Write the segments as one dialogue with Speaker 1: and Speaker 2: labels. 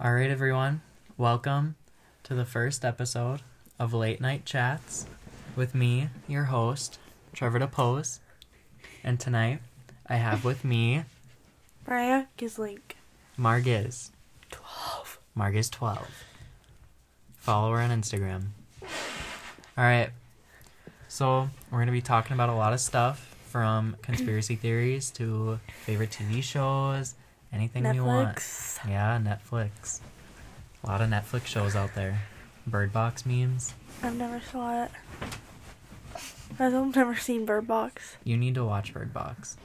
Speaker 1: All right, everyone. Welcome to the first episode of Late Night Chats with me, your host, Trevor DePose. And tonight, I have with me
Speaker 2: Briar Gislink.
Speaker 1: Margiz. 12. Margiz12. Follow her on Instagram. All right. So, we're going to be talking about a lot of stuff from conspiracy theories to favorite TV shows, anything you want.
Speaker 2: Netflix.
Speaker 1: Yeah, Netflix. A lot of Netflix shows out there. Bird Box memes.
Speaker 2: I've never saw it. I've never seen Bird Box.
Speaker 1: You need to watch Bird Box.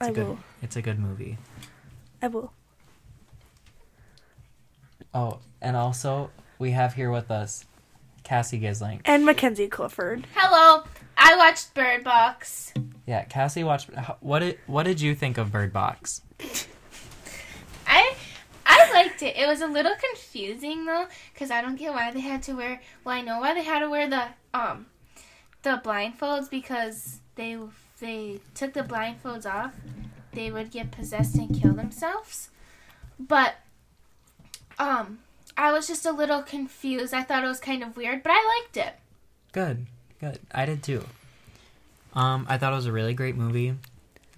Speaker 1: It's
Speaker 2: I
Speaker 1: a good
Speaker 2: will.
Speaker 1: it's a good movie.
Speaker 2: I will.
Speaker 1: Oh, and also we have here with us Cassie Gislink.
Speaker 2: And Mackenzie Clifford.
Speaker 3: Hello, I watched Bird Box.
Speaker 1: Yeah, Cassie watched h- what did what did you think of Bird Box?
Speaker 3: I I liked it. It was a little confusing though, because I don't get why they had to wear. Well, I know why they had to wear the um the blindfolds because they if they took the blindfolds off, they would get possessed and kill themselves. But um, I was just a little confused. I thought it was kind of weird, but I liked it.
Speaker 1: Good. Good. I did too. Um I thought it was a really great movie.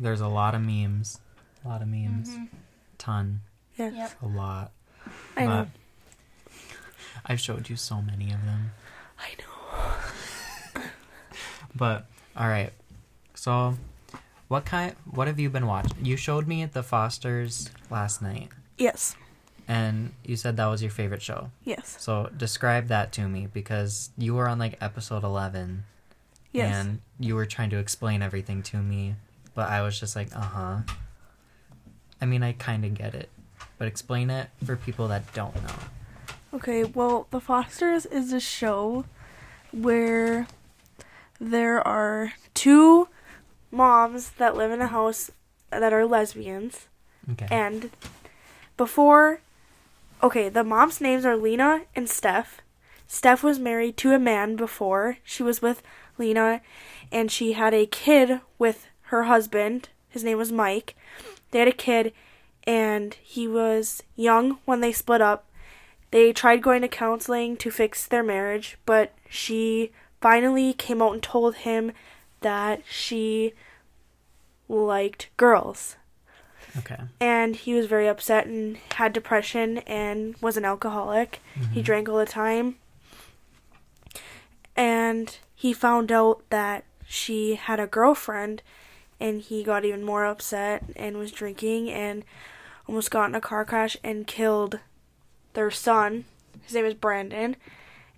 Speaker 1: There's a lot of memes. A lot of memes.
Speaker 2: Mm-hmm.
Speaker 3: Mm-hmm.
Speaker 1: Ton.
Speaker 2: Yes.
Speaker 3: Yep.
Speaker 1: A lot.
Speaker 2: I know.
Speaker 1: I've showed you so many of them.
Speaker 2: I know.
Speaker 1: But all right. So, what kind? What have you been watching? You showed me the Fosters last night,
Speaker 2: Yes.
Speaker 1: and you said that was your favorite show.
Speaker 2: Yes.
Speaker 1: So describe that to me because you were on like episode eleven,
Speaker 2: Yes.
Speaker 1: and you were trying to explain everything to me, but I was just like, uh huh. I mean, I kind of get it, but explain it for people that don't know.
Speaker 2: Okay, well, The Fosters is a show where there are two moms that live in a house that are lesbians.
Speaker 1: Okay.
Speaker 2: And before, okay, the mom's names are Lena and Steph. Steph was married to a man before. She was with Lena and she had a kid with her husband. His name was Mike. They had a kid and he was young when they split up. They tried going to counseling to fix their marriage, but she finally came out and told him that she liked girls
Speaker 1: okay.
Speaker 2: and he was very upset and had depression and was an alcoholic. He drank all the time. And he found out that she had a girlfriend and he got even more upset and was drinking and almost got in a car crash and killed their son. His name is Brandon.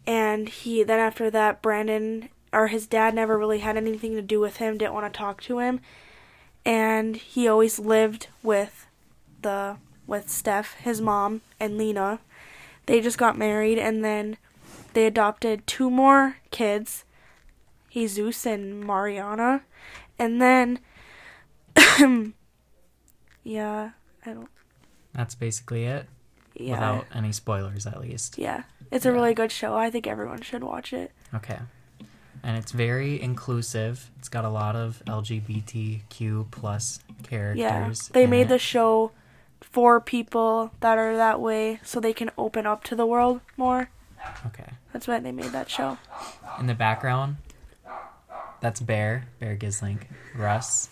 Speaker 2: And he then after that Brandon or his dad never really had anything to do with him, didn't want to talk to him. And he always lived with the with Steph, his mom, and Lena. They just got married and then they adopted two more kids, Jesus and Mariana. And then yeah, I don't
Speaker 1: That's basically it,
Speaker 2: yeah.
Speaker 1: without any spoilers, at least.
Speaker 2: yeah. It's a really good show. I think everyone should watch it.
Speaker 1: Okay. And it's very inclusive. It's got a lot of LGBTQ plus
Speaker 2: Yeah.
Speaker 1: characters.
Speaker 2: They
Speaker 1: in
Speaker 2: made
Speaker 1: it.
Speaker 2: the show for people that are that way so they can open up to the world more.
Speaker 1: Okay.
Speaker 2: That's why they made that show.
Speaker 1: In the background, that's Bear, Bear Gislink, Russ.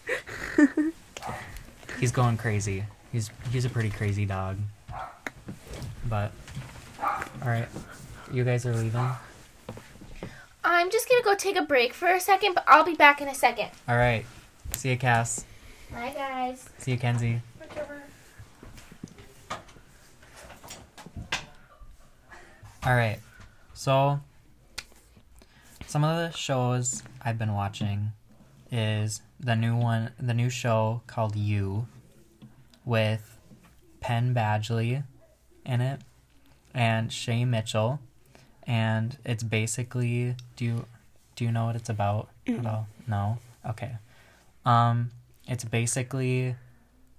Speaker 1: he's going crazy. He's he's a pretty crazy dog. But all right, you guys are leaving.
Speaker 3: I'm just gonna go take a break for a second, but I'll be back in a second.
Speaker 1: All right. See you, Cass.
Speaker 3: Bye, guys.
Speaker 1: See you, Kenzie. All right. So some of the shows I've been watching is the new one, the new show called You with Penn Badgley in it and Shay Mitchell and it's basically do you do you know what it's about at all? No. Okay. Um it's basically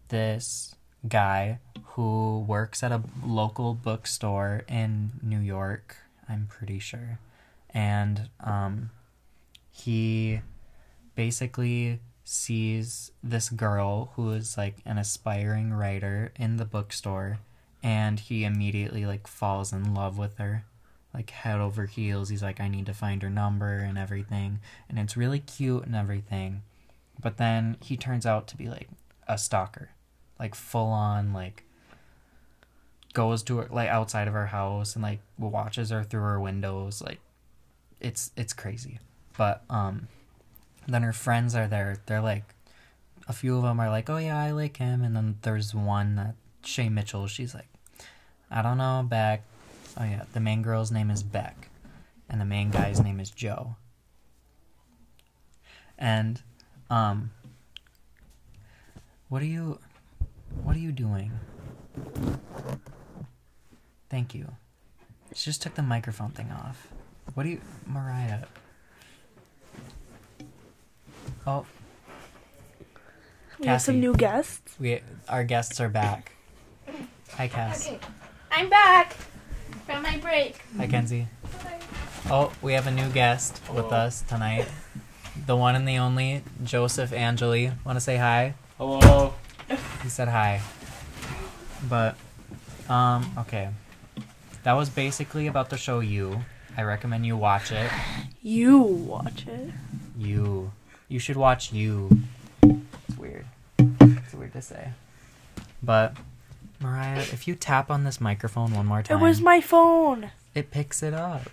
Speaker 1: this guy who works at a local bookstore in New York, I'm pretty sure. And um, he basically sees this girl who is like an aspiring writer in the bookstore and he immediately like falls in love with her like head over heels he's like i need to find her number and everything and it's really cute and everything but then he turns out to be like a stalker like full on like goes to her like outside of her house and like watches her through her windows like it's it's crazy but um then her friends are there they're like a few of them are like oh yeah i like him and then there's one that shay mitchell she's like i don't know beck oh yeah the main girl's name is beck and the main guy's name is joe and um what are you what are you doing thank you she just took the microphone thing off what do you mariah oh
Speaker 2: We have some
Speaker 1: Cassie.
Speaker 2: new guests.
Speaker 1: we our guests are back hi cass
Speaker 3: Okay, I'm back from my break.
Speaker 1: hi kenzie oh we have a new guest with us tonight the one and the only joseph angeli want to say hi
Speaker 4: Hello.
Speaker 1: He said hi. But, um, okay. That was basically about the show You. I recommend you watch it.
Speaker 2: You watch it.
Speaker 1: You. You should watch You. It's weird. It's weird to say. But, Mariah, if you tap on this microphone one more time,
Speaker 2: It was my phone.
Speaker 1: it picks it up.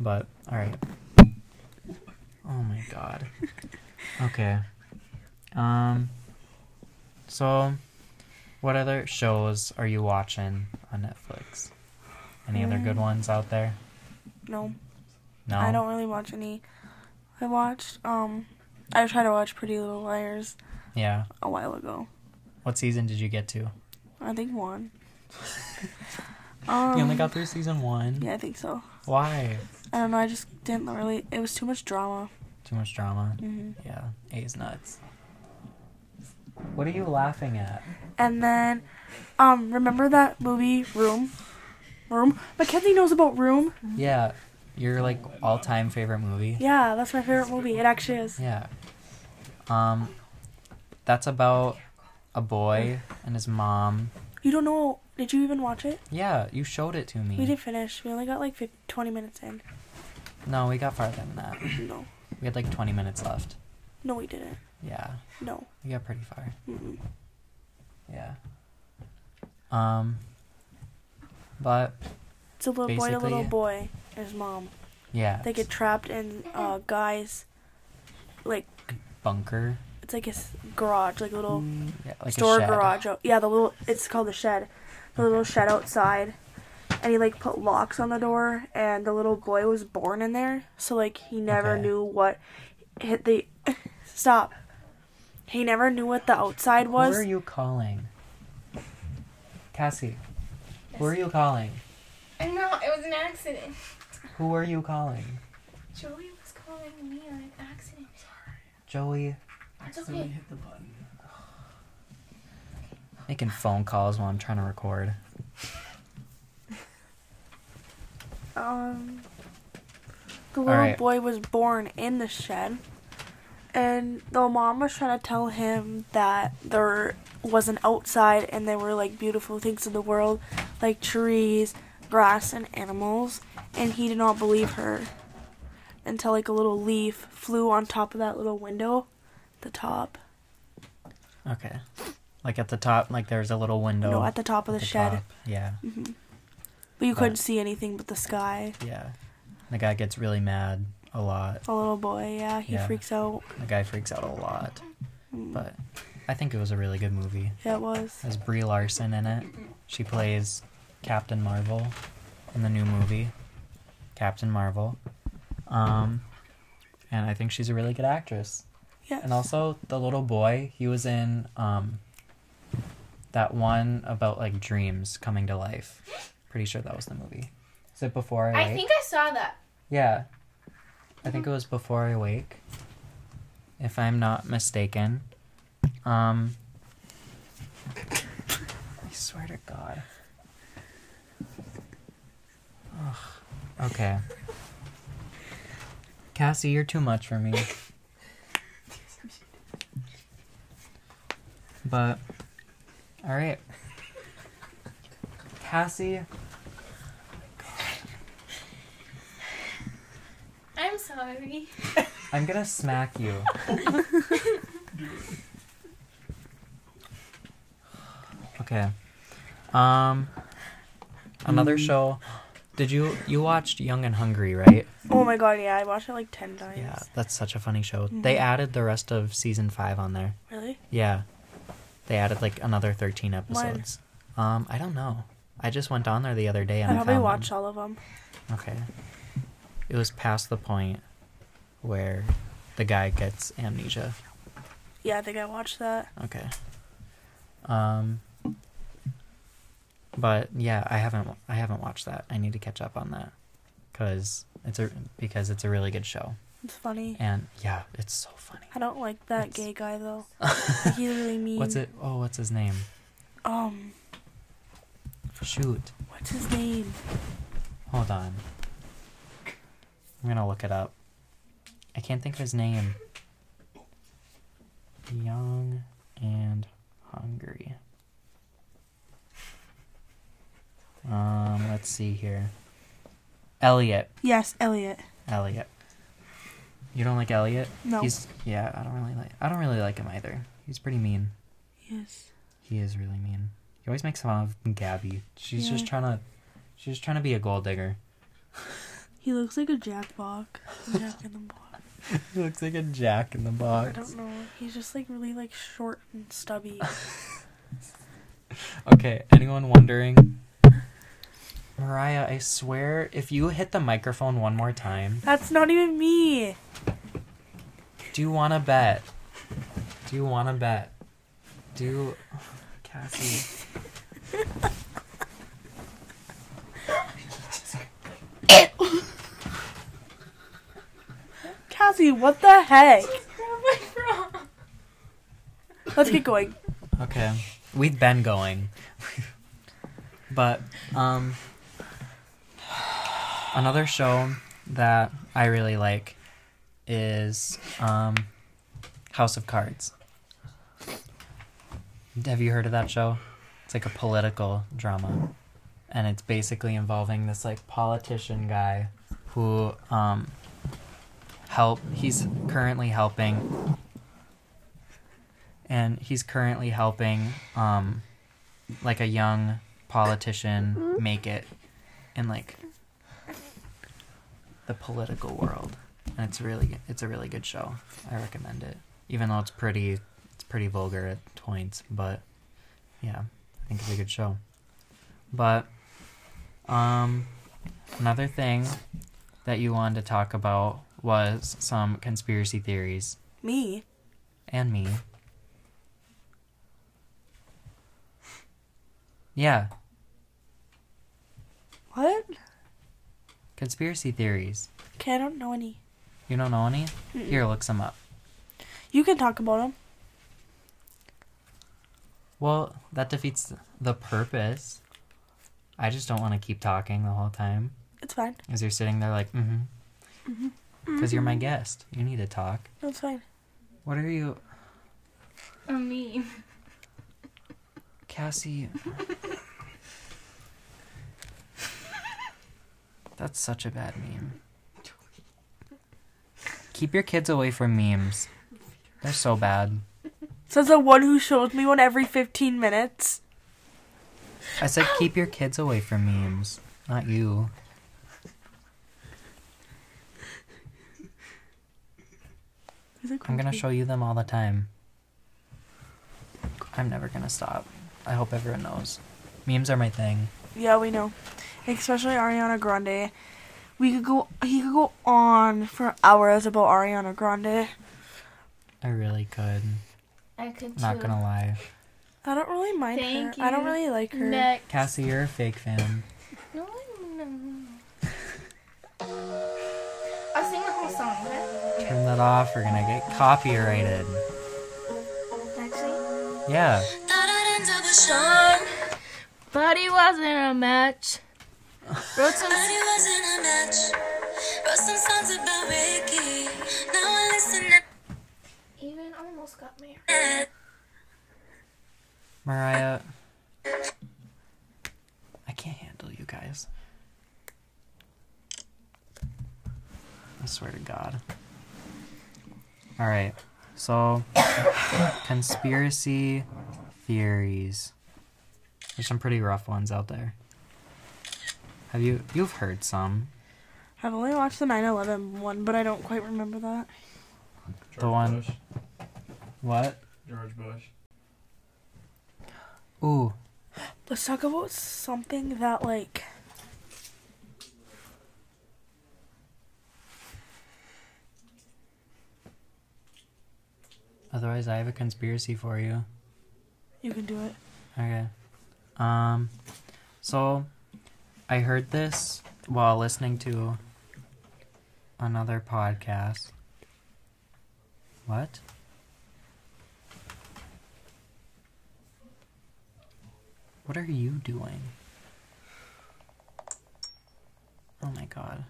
Speaker 1: But, alright. Oh my god. Okay. Um. So, what other shows are you watching on Netflix? Any other good ones out there?
Speaker 2: No,
Speaker 1: No.
Speaker 2: Mm. I don't really watch any. I watched um, I tried to watch Pretty Little Liars
Speaker 1: Yeah.
Speaker 2: a while ago.
Speaker 1: What season did you get to?
Speaker 2: I think one. um,
Speaker 1: you only got through season one.
Speaker 2: yeah, I think so.
Speaker 1: Why?
Speaker 2: I don't know. I just didn't really. It was too much drama.
Speaker 1: Too much drama.
Speaker 2: hmm
Speaker 1: Yeah. A's nuts. What are you laughing at?
Speaker 2: And then, um, remember that movie Room? Room. Mackenzie knows about Room.
Speaker 1: Yeah. Your like all-time favorite movie.
Speaker 2: Yeah, that's my favorite movie. It actually is.
Speaker 1: Yeah. Um, that's about a boy and his mom.
Speaker 2: You don't know? Did you even watch it?
Speaker 1: Yeah, you showed it to me.
Speaker 2: We didn't finish. We only got like 50, 20 minutes in.
Speaker 1: No, we got farther than that.
Speaker 2: No,
Speaker 1: We had like 20 minutes left.
Speaker 2: no, we didn't.
Speaker 1: Yeah,
Speaker 2: No.
Speaker 1: we got pretty far.
Speaker 2: Mm-mm.
Speaker 1: Yeah. Um, but
Speaker 2: It's a little boy, to a little
Speaker 1: Basically-
Speaker 2: boy, and his mom.
Speaker 1: yeah,
Speaker 2: They get trapped in uh, guys, like
Speaker 1: bunker.
Speaker 2: it's like a s- garage, like a little
Speaker 1: Yeah, Mm, like
Speaker 2: Oh. store
Speaker 1: a shed.
Speaker 2: garage. out- Yeah, the little it's called the shed, the little shed outside, and he like put locks on the door, and the little boy was born in there, so like he never
Speaker 1: Okay.
Speaker 2: knew what hit the stop. He never knew what the outside was.
Speaker 1: Who are you calling? Cassie. Who are you calling?
Speaker 3: I know, it was an accident.
Speaker 1: Who are you calling?
Speaker 3: Joey was calling me on an accident.
Speaker 1: Joey
Speaker 3: It's okay.
Speaker 4: hit the button.
Speaker 1: making phone calls while I'm trying to record.
Speaker 2: Um, the little
Speaker 1: Alright.
Speaker 2: boy was born in the shed, and the mom was trying to tell him that there was an outside and there were like beautiful things in the world, like trees, grass, and animals, and he did not believe her until like a little leaf flew on top of that little window, the top,
Speaker 1: Okay. Like at the top, like there's a little window.
Speaker 2: no, at the top of the, Mm-hmm.
Speaker 1: at the
Speaker 2: shed,
Speaker 1: top. Yeah,
Speaker 2: but you
Speaker 1: But-
Speaker 2: couldn't see anything but the sky.
Speaker 1: yeah. The guy gets really mad a lot.
Speaker 2: The little boy, yeah, he
Speaker 1: Yeah.
Speaker 2: freaks out.
Speaker 1: The guy freaks out a lot.
Speaker 2: Mm.
Speaker 1: But I think it was a really good movie.
Speaker 2: Yeah, it was.
Speaker 1: There's Brie Larson in it. She plays Captain Marvel in the new movie, Captain Marvel. Um, and I think she's a really good actress.
Speaker 2: Yeah.
Speaker 1: And also the little boy, he was in um that one about like dreams coming to life. Pretty sure that was the movie. Is it Before I Wake?
Speaker 3: I think I saw that.
Speaker 1: yeah. I think it was Before I Wake. If I'm not mistaken. Um I swear to God. Ugh. Okay. Cassie, you're too much for me. But All right. Cassie,
Speaker 3: I'm sorry.
Speaker 1: I'm gonna smack you. okay. Um, another
Speaker 2: Mm.
Speaker 1: show. Did you you watched Young and Hungry, right?
Speaker 2: Oh my god, yeah, I Mm-hmm. watched it like ten times.
Speaker 1: Yeah, that's such a funny show. They added the rest of season five on there.
Speaker 2: Really?
Speaker 1: Yeah, they added like another thirteen episodes. Um, I don't know. I just went on there the other day and
Speaker 2: I
Speaker 1: I,
Speaker 2: probably
Speaker 1: found them.
Speaker 2: watched all of them.
Speaker 1: Okay. It was past the point where the guy gets amnesia.
Speaker 2: Yeah, I think I watched that.
Speaker 1: Okay. Um but yeah, I haven't I haven't watched that. I need to catch up on that cuz it's a because it's a really good show.
Speaker 2: It's funny.
Speaker 1: And yeah, it's so funny.
Speaker 2: I don't like that
Speaker 1: It's-
Speaker 2: gay guy though. Like, He's really mean.
Speaker 1: What's it? Oh, what's his name?
Speaker 2: Um,
Speaker 1: Shoot.
Speaker 2: what's his name?
Speaker 1: Hold on. I'm gonna look it up. I can't think of his name. Young and hungry. Um, let's see here. Elliot.
Speaker 2: Yes, Elliot.
Speaker 1: Elliot. You don't like Elliot?
Speaker 2: No.
Speaker 1: He's yeah, I don't really like I don't really like him either. He's pretty mean.
Speaker 2: Yes.
Speaker 1: He is really mean. He always makes fun of Gabby. She's just
Speaker 2: Yeah.
Speaker 1: trying to she's just trying to be a gold digger.
Speaker 2: He looks like a Jackbox. Jack in the box.
Speaker 1: He looks like a jack in the
Speaker 2: I
Speaker 1: box.
Speaker 2: don't know. He's just like really like short and stubby.
Speaker 1: Okay, anyone wondering? Mariah, I swear, if you hit the microphone one more time,
Speaker 2: That's not even me.
Speaker 1: do you want to bet? Do you want to bet? Do you... Cassie.
Speaker 2: Cassie, what the heck?
Speaker 3: Wrong.
Speaker 2: Let's get going.
Speaker 1: Okay, we've been going. but, um, another show that I really like is, um, House of Cards. Have you heard of that show? It's like a political drama. And it's basically involving this, like, politician guy who, um, help, he's currently helping and he's currently helping um like a young politician make it in like the political world and it's really it's a really good show i recommend it even though it's pretty it's pretty vulgar at points but yeah i think it's a good show but um another thing that you wanted to talk about was some conspiracy theories
Speaker 2: Me?
Speaker 1: and me. Yeah,
Speaker 2: What?
Speaker 1: conspiracy theories.
Speaker 2: Okay, I don't know any.
Speaker 1: You don't know any? Here, look some up.
Speaker 2: You can talk about him.
Speaker 1: Well, that defeats the purpose. I just don't want to keep talking the whole time.
Speaker 2: It's fine.
Speaker 1: As you're sitting there like, mm-hmm. Because you're my guest. You need to talk.
Speaker 2: No, it's fine.
Speaker 1: What are you...
Speaker 3: A meme.
Speaker 1: Cassie... That's such a bad meme. Keep your kids away from memes. They're so bad.
Speaker 2: Says the one who shows me one every 15 minutes.
Speaker 1: I said keep your kids away from memes, not you.
Speaker 2: He's like,
Speaker 1: I'm gonna
Speaker 2: "Okay."
Speaker 1: show you them all the time. I'm never gonna stop. I hope everyone knows. Memes are my thing.
Speaker 2: Yeah, we know. Especially Ariana Grande. We could go. He could go on for hours about Ariana Grande.
Speaker 1: I really could.
Speaker 3: I could
Speaker 1: Not
Speaker 3: too.
Speaker 1: gonna lie.
Speaker 2: I don't really mind
Speaker 3: Thank
Speaker 2: her. I don't
Speaker 3: you.
Speaker 2: really like her.
Speaker 3: Next.
Speaker 1: Cassie, you're a fake fan.
Speaker 3: No, no, no. I'll sing the whole song, okay?
Speaker 1: Turn that off. We're gonna get copyrighted.
Speaker 3: Actually.
Speaker 1: Yeah.
Speaker 3: But he wasn't a match. Wrote some
Speaker 4: But it wasn't a match. Wrote some songs about Ricky. Now I listen
Speaker 3: Even almost got married.
Speaker 4: at
Speaker 1: Mariah. I can't handle you guys. I swear to God. Alright, so conspiracy theories. There's some pretty rough ones out there. Have you you've heard some.
Speaker 2: I've only watched the 9/11 one, but I don't quite remember that.
Speaker 5: George
Speaker 1: one-
Speaker 5: Bush.
Speaker 1: What?
Speaker 5: George Bush.
Speaker 1: Ooh,
Speaker 2: Let's talk about something that like
Speaker 1: otherwise I have a conspiracy for you.
Speaker 2: you can do it.
Speaker 1: Okay. Um, so I heard this while listening to another podcast. What? What are you doing? Oh my god.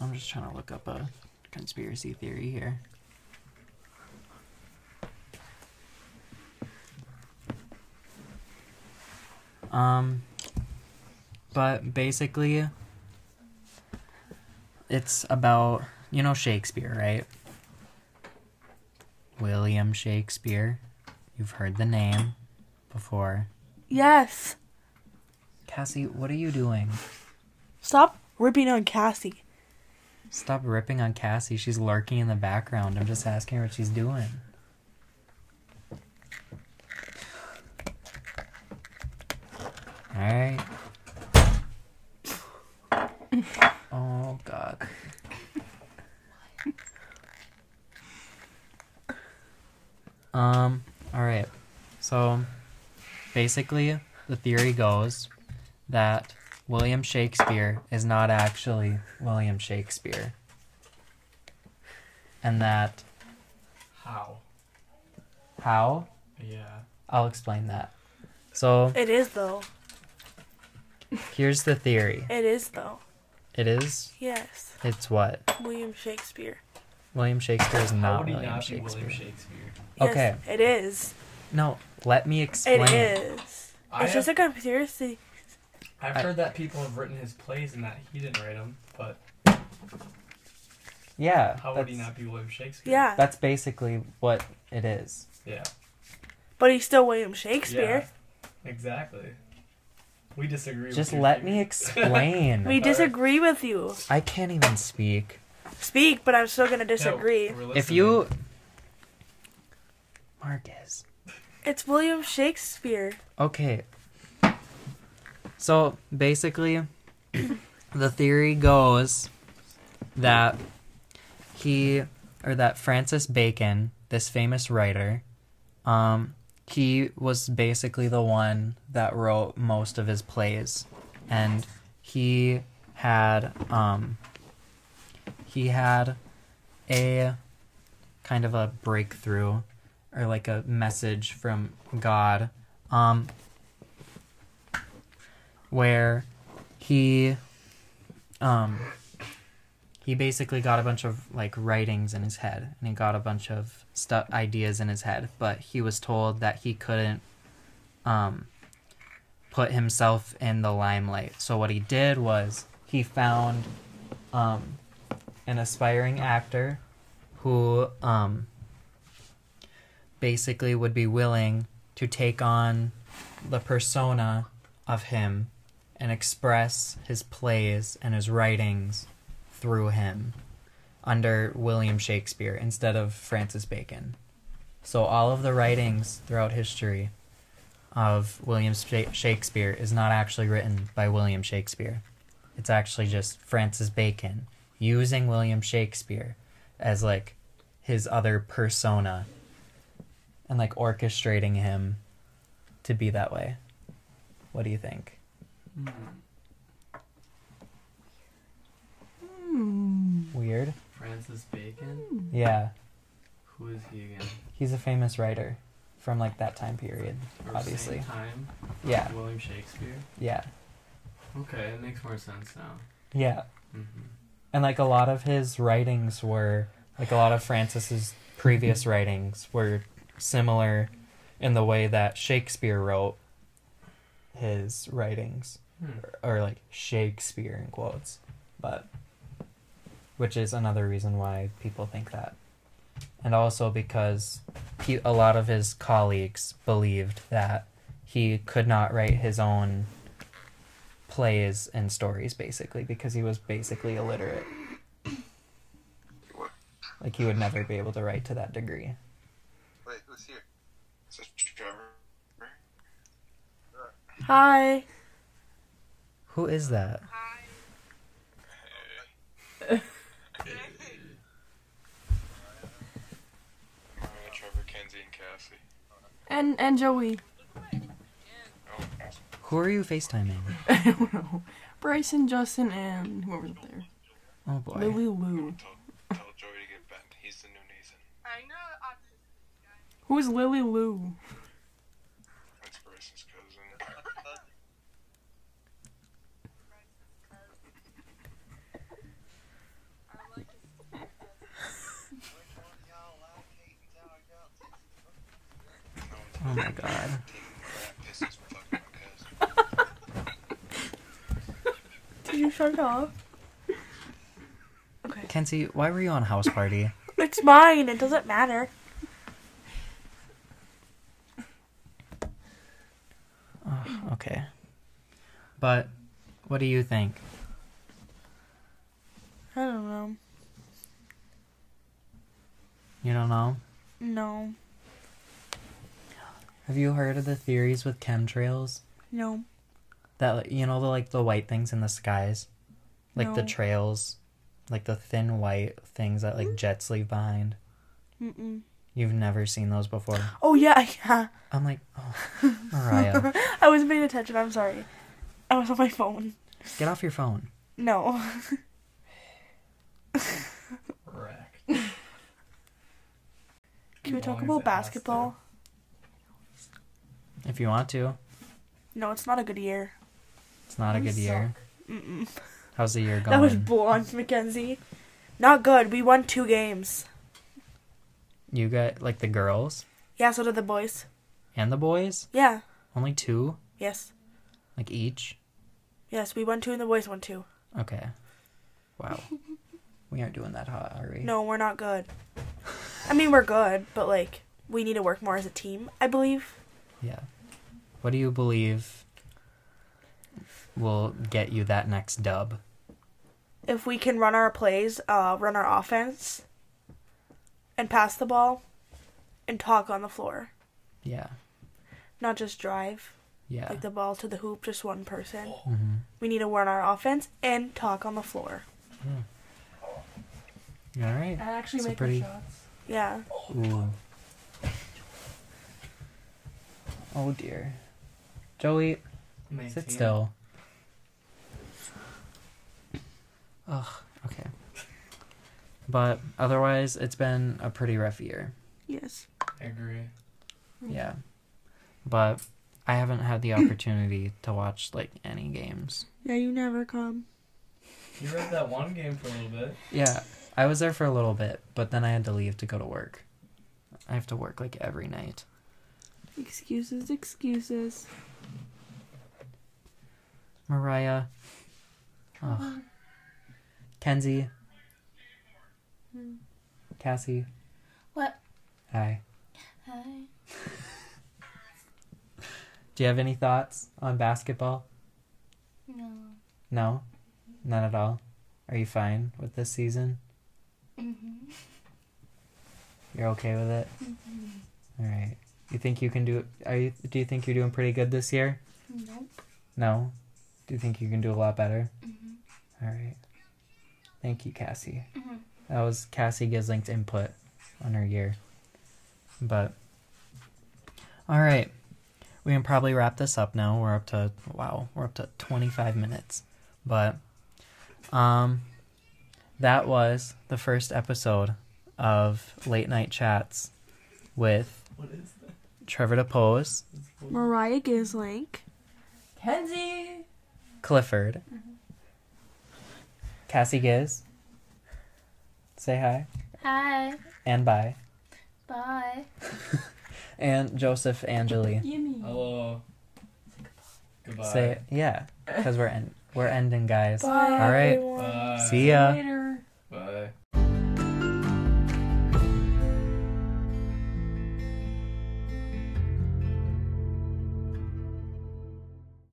Speaker 1: I'm just trying to look up a conspiracy theory here. Um, but basically, it's about you know Shakespeare, right? William Shakespeare. You've heard the name before.
Speaker 2: Yes.
Speaker 1: Cassie, what are you doing?
Speaker 2: Stop ripping on Cassie.
Speaker 1: Stop ripping on Cassie. She's lurking in the background. I'm just asking her what she's doing. Alright. Oh, God. Um, alright. So, basically, the theory goes that William Shakespeare is not actually William Shakespeare. And that
Speaker 5: How?
Speaker 1: how?
Speaker 5: Yeah.
Speaker 1: I'll explain that. So,
Speaker 2: It is though.
Speaker 1: here's the theory.
Speaker 2: It is though.
Speaker 1: It is
Speaker 2: Yes.
Speaker 1: it's what?
Speaker 2: William Shakespeare.
Speaker 1: William Shakespeare is
Speaker 5: How
Speaker 1: not
Speaker 5: would he
Speaker 1: William
Speaker 5: not be
Speaker 1: Shakespeare.
Speaker 5: William Shakespeare?
Speaker 2: Yes,
Speaker 1: Okay.
Speaker 2: It is.
Speaker 1: No, let me
Speaker 2: It
Speaker 1: explain.
Speaker 2: is.
Speaker 5: I
Speaker 2: it's
Speaker 5: have,
Speaker 2: just a conspiracy.
Speaker 5: I've
Speaker 1: I-
Speaker 5: heard that people have written his plays and that he didn't write them, but
Speaker 1: Yeah.
Speaker 5: how would he
Speaker 1: that's-
Speaker 5: not be William Shakespeare?
Speaker 2: Yeah.
Speaker 1: That's basically what it is.
Speaker 5: Yeah.
Speaker 2: But he's still William Shakespeare.
Speaker 5: Yeah, exactly. We disagree.
Speaker 1: Just
Speaker 5: with your
Speaker 1: let me
Speaker 5: theory.
Speaker 2: We
Speaker 5: Uh,
Speaker 1: explain.
Speaker 2: disagree with you.
Speaker 1: I can't even speak.
Speaker 2: Speak, but I'm still gonna
Speaker 5: Yeah,
Speaker 2: disagree.
Speaker 5: we're
Speaker 1: If
Speaker 5: listening.
Speaker 1: you Marcus.
Speaker 2: It's William Shakespeare.
Speaker 1: Okay. So basically the theory goes that he or that Francis Bacon, this famous writer, um he was basically the one that wrote most of his plays and he had um he had a kind of a breakthrough or like a message from God um where he um he basically got a bunch of like writings in his head and he got a bunch of stu ideas in his head but he was told that he couldn't um put himself in the limelight so what he did was he found um an aspiring actor who um basically would be willing to take on the persona of him and express his plays and his writings through him under William Shakespeare instead of Francis Bacon. So all of the writings throughout history of William Sha- Shakespeare is not actually written by William Shakespeare. It's actually just Francis Bacon using William Shakespeare as like his other persona and like orchestrating him to be that way. What do you think?
Speaker 5: Hmm.
Speaker 1: Weird?
Speaker 5: Francis Bacon,
Speaker 1: Yeah.
Speaker 5: who is he again?
Speaker 1: He's a famous writer from like that time period.
Speaker 5: Or
Speaker 1: Obviously.
Speaker 5: Same time. as
Speaker 1: Yeah.
Speaker 5: William Shakespeare.
Speaker 1: Yeah.
Speaker 5: Okay, it makes more sense now.
Speaker 1: Yeah.
Speaker 5: Mm-hmm.
Speaker 1: And like a lot of his writings were like a lot of Francis's previous writings were similar in the way that Shakespeare wrote his writings,
Speaker 5: Hmm.
Speaker 1: or like Shakespeare in quotes, but which is another reason why people think that, and also because he, a lot of his colleagues believed that he could not write his own plays and stories basically because he was basically illiterate. Like he would never be able to write to that degree.
Speaker 6: Wait, who's here? Is this Trevor?
Speaker 2: Hi.
Speaker 1: Who is that?
Speaker 6: Uh, Trevor, Kenzie, and Cassie.
Speaker 7: And and Joey.
Speaker 6: Oh,
Speaker 1: Who are you FaceTiming?
Speaker 7: I don't know. Bryson, Justin, and whoever's up there.
Speaker 1: Oh boy.
Speaker 7: Lily Lou.
Speaker 6: tell, tell Joey to get bent. He's the new Nathan.
Speaker 7: Who's Lily Lou?
Speaker 6: That's Bryson's cousin.
Speaker 1: Oh my god.
Speaker 6: Pisses fucking cousin.
Speaker 2: Did you shut off?
Speaker 1: Kenzie, why were you on house party?
Speaker 2: It's mine. It doesn't matter.
Speaker 1: Okay. But what do you think?
Speaker 2: I don't know.
Speaker 1: You don't know?
Speaker 2: No.
Speaker 1: Have you heard of the theories with chemtrails?
Speaker 2: No.
Speaker 1: That like, you know the like the white things in the skies? Like the
Speaker 2: No.
Speaker 1: trails, like the thin white things that
Speaker 2: Hmm?
Speaker 1: like jets leave behind.
Speaker 2: Mm-mm.
Speaker 1: You've never seen those before.
Speaker 2: Oh yeah, yeah.
Speaker 1: I'm like, oh, Mariah,
Speaker 2: I wasn't paying attention. I'm sorry. I was on my phone.
Speaker 1: get off your phone.
Speaker 2: No.
Speaker 5: Wrecked.
Speaker 2: Can we talk about
Speaker 5: Long as it has to.
Speaker 2: basketball?
Speaker 1: If you want to.
Speaker 2: No, it's not a good year.
Speaker 1: It's not a
Speaker 7: You
Speaker 1: good year.
Speaker 2: Mm-mm.
Speaker 1: How's the year going?
Speaker 2: That was blonde, Mackenzie. Not good. We won two games.
Speaker 1: you got like the girls
Speaker 2: Yeah, so did the boys.
Speaker 1: and the boys?
Speaker 2: Yeah.
Speaker 1: Only two?
Speaker 2: Yes.
Speaker 1: Like each?
Speaker 2: Yes, we won two and the boys won two.
Speaker 1: Okay. Wow. we aren't doing that hot, are we?
Speaker 2: No, we're not good. I mean, we're good, but like we need to work more as a team. I believe.
Speaker 1: Yeah. What do you believe will get you that next dub?
Speaker 2: if we can run our plays, uh, run our offense, and pass the ball, and talk on the floor,
Speaker 1: Yeah.
Speaker 2: not just drive
Speaker 1: Yeah.
Speaker 2: like the ball to the hoop, just one person.
Speaker 1: hmm
Speaker 2: We need to run our offense and talk on the floor.
Speaker 1: All right.
Speaker 7: And actually
Speaker 1: It's a
Speaker 7: making
Speaker 1: pretty-
Speaker 7: shots.
Speaker 2: Yeah,
Speaker 1: Ooh. Oh dear. Joey, sit
Speaker 5: Nineteen.
Speaker 1: still. Ugh. Okay. But otherwise, it's been a pretty rough year.
Speaker 2: yes,
Speaker 5: I agree.
Speaker 1: Yeah. But I haven't had the opportunity to watch like any games.
Speaker 2: yeah. You never come.
Speaker 5: You read that one game for a little bit.
Speaker 1: Yeah, I was there for a little bit, but then I had to leave to go to work. I have to work like every night.
Speaker 7: Excuses, excuses.
Speaker 1: Mariah. Ugh. Kenzie. Cassie.
Speaker 3: What?
Speaker 1: Hi.
Speaker 3: Hi.
Speaker 1: Do you have any thoughts on basketball?
Speaker 3: No.
Speaker 1: No? None at all? Are you fine with this season?
Speaker 3: Mm-hmm.
Speaker 1: You're okay with it? All right. You think you can do are you do you think you're doing pretty good this year?
Speaker 3: Nope.
Speaker 1: No? Do you think you can do a lot better?
Speaker 3: Mm-hmm.
Speaker 1: All right. Thank you, Cassie.
Speaker 3: Mhm.
Speaker 1: That was Cassie Gislink's input on her year. But, all right. We can probably wrap this up now. We're up to, wow, we're up to 25 minutes. But, um, that was the first episode of Late Night Chats with
Speaker 5: What is that?
Speaker 1: Trevor DePose,
Speaker 2: Mariah Gislink.
Speaker 7: Kenzie!
Speaker 1: Clifford,
Speaker 5: Mm-hmm.
Speaker 1: Cassie Giz. Say hi
Speaker 3: Hi.
Speaker 1: and bye.
Speaker 3: Bye.
Speaker 1: and Joseph Angeli.
Speaker 7: Yummy.
Speaker 5: Hello. Goodbye.
Speaker 1: Say yeah, because we're en- we're ending, guys.
Speaker 2: Bye,
Speaker 1: All right.
Speaker 2: everyone.
Speaker 5: Bye.
Speaker 1: See ya.
Speaker 7: Later.